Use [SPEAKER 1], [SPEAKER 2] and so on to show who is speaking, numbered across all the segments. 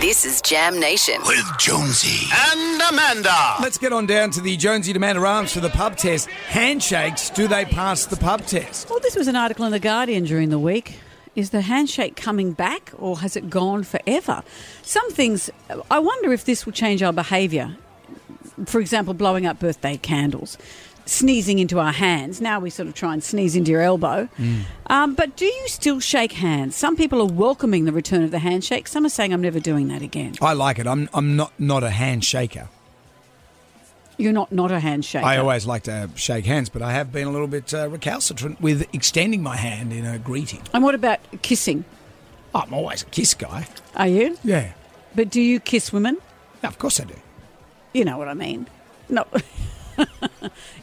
[SPEAKER 1] This is Jam Nation.
[SPEAKER 2] with Jonesy.
[SPEAKER 3] and Amanda.
[SPEAKER 4] Let's get on down to the Jonesy Demander Arms for the pub test. Handshakes, do they pass the pub test?
[SPEAKER 5] Well, this was an article in The Guardian during the week. Is the handshake coming back or has it gone forever? Some things, I wonder if this will change our behaviour. For example, blowing up birthday candles, sneezing into our hands. Now we sort of try and sneeze into your elbow. Um, but do you still shake hands? Some people are welcoming the return of the handshake. Some are saying, I'm never doing that again.
[SPEAKER 4] I like it. I'm, I'm not, not a handshaker.
[SPEAKER 5] You're not not a handshake.
[SPEAKER 4] I always like to shake hands, but I have been a little bit uh, recalcitrant with extending my hand in a greeting.
[SPEAKER 5] And what about kissing?
[SPEAKER 4] I'm always a kiss guy.
[SPEAKER 5] Are you?
[SPEAKER 4] Yeah.
[SPEAKER 5] But do you kiss women?
[SPEAKER 4] No, of course I do.
[SPEAKER 5] You know what I mean? No.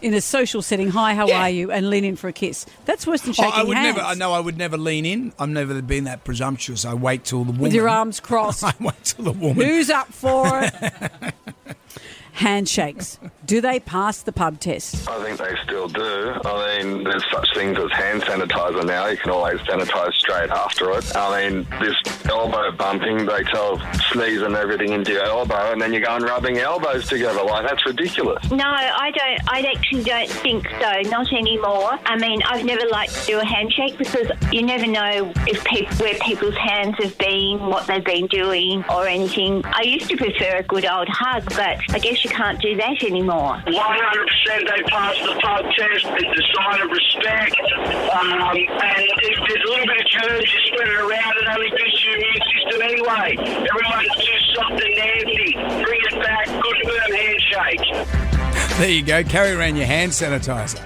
[SPEAKER 5] in a social setting, hi, how
[SPEAKER 4] Yeah.
[SPEAKER 5] are you? And lean in for a kiss. That's worse than
[SPEAKER 4] Oh,
[SPEAKER 5] shaking
[SPEAKER 4] I would
[SPEAKER 5] hands.
[SPEAKER 4] never. I know I would never lean in. I've never been that presumptuous. I wait till the woman.
[SPEAKER 5] With your arms crossed.
[SPEAKER 4] I wait till the woman.
[SPEAKER 5] Who's up for it? Handshakes. Do they pass the pub test?
[SPEAKER 6] I think they still do. I mean, there's such things as hand sanitizer now. You can always sanitize straight after it. I mean, this elbow bumping, they tell sneezing everything into your elbow, and then you go and rubbing elbows together. Like, that's ridiculous.
[SPEAKER 7] No, I don't. I actually don't think so. Not anymore. I mean, I've never liked to do a handshake because you never know if peop where people's hands have been, what they've been doing, or anything. I used to prefer a good old hug, but I guess you can't do that anymore.
[SPEAKER 8] 100% they passed the pub test. It's a sign of respect. Um, and if there's a little bit of germs, you spread it around. It only gives your immune system anyway. Everyone's too soft and nasty. Bring it back. Good firm handshake.
[SPEAKER 4] There you go. Carry around your hand sanitizer.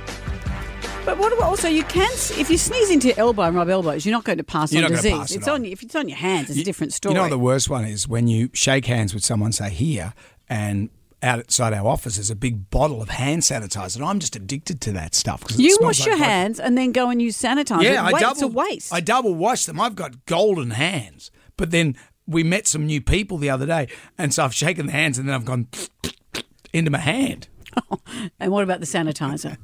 [SPEAKER 5] But what about also you can s- if you sneeze into your elbow and rub elbows, you're not going to pass
[SPEAKER 4] You're
[SPEAKER 5] on
[SPEAKER 4] not gonna
[SPEAKER 5] disease.
[SPEAKER 4] pass it
[SPEAKER 5] it's
[SPEAKER 4] on.
[SPEAKER 5] on. if it's on your hands, it's a different story.
[SPEAKER 4] You know the worst one is when you shake hands with someone, say here, and outside our office is a big bottle of hand sanitizer, and I'm just addicted to that stuff. 'cause it
[SPEAKER 5] you
[SPEAKER 4] smells
[SPEAKER 5] wash
[SPEAKER 4] like
[SPEAKER 5] your
[SPEAKER 4] vodka.
[SPEAKER 5] hands and then go and use sanitizer.
[SPEAKER 4] Yeah,
[SPEAKER 5] Wait,
[SPEAKER 4] I double.
[SPEAKER 5] it's a waste.
[SPEAKER 4] I double wash them. I've got golden hands. But then we met some new people the other day, and so I've shaken the hands, and then I've gone into my hand.
[SPEAKER 5] and what about the sanitizer?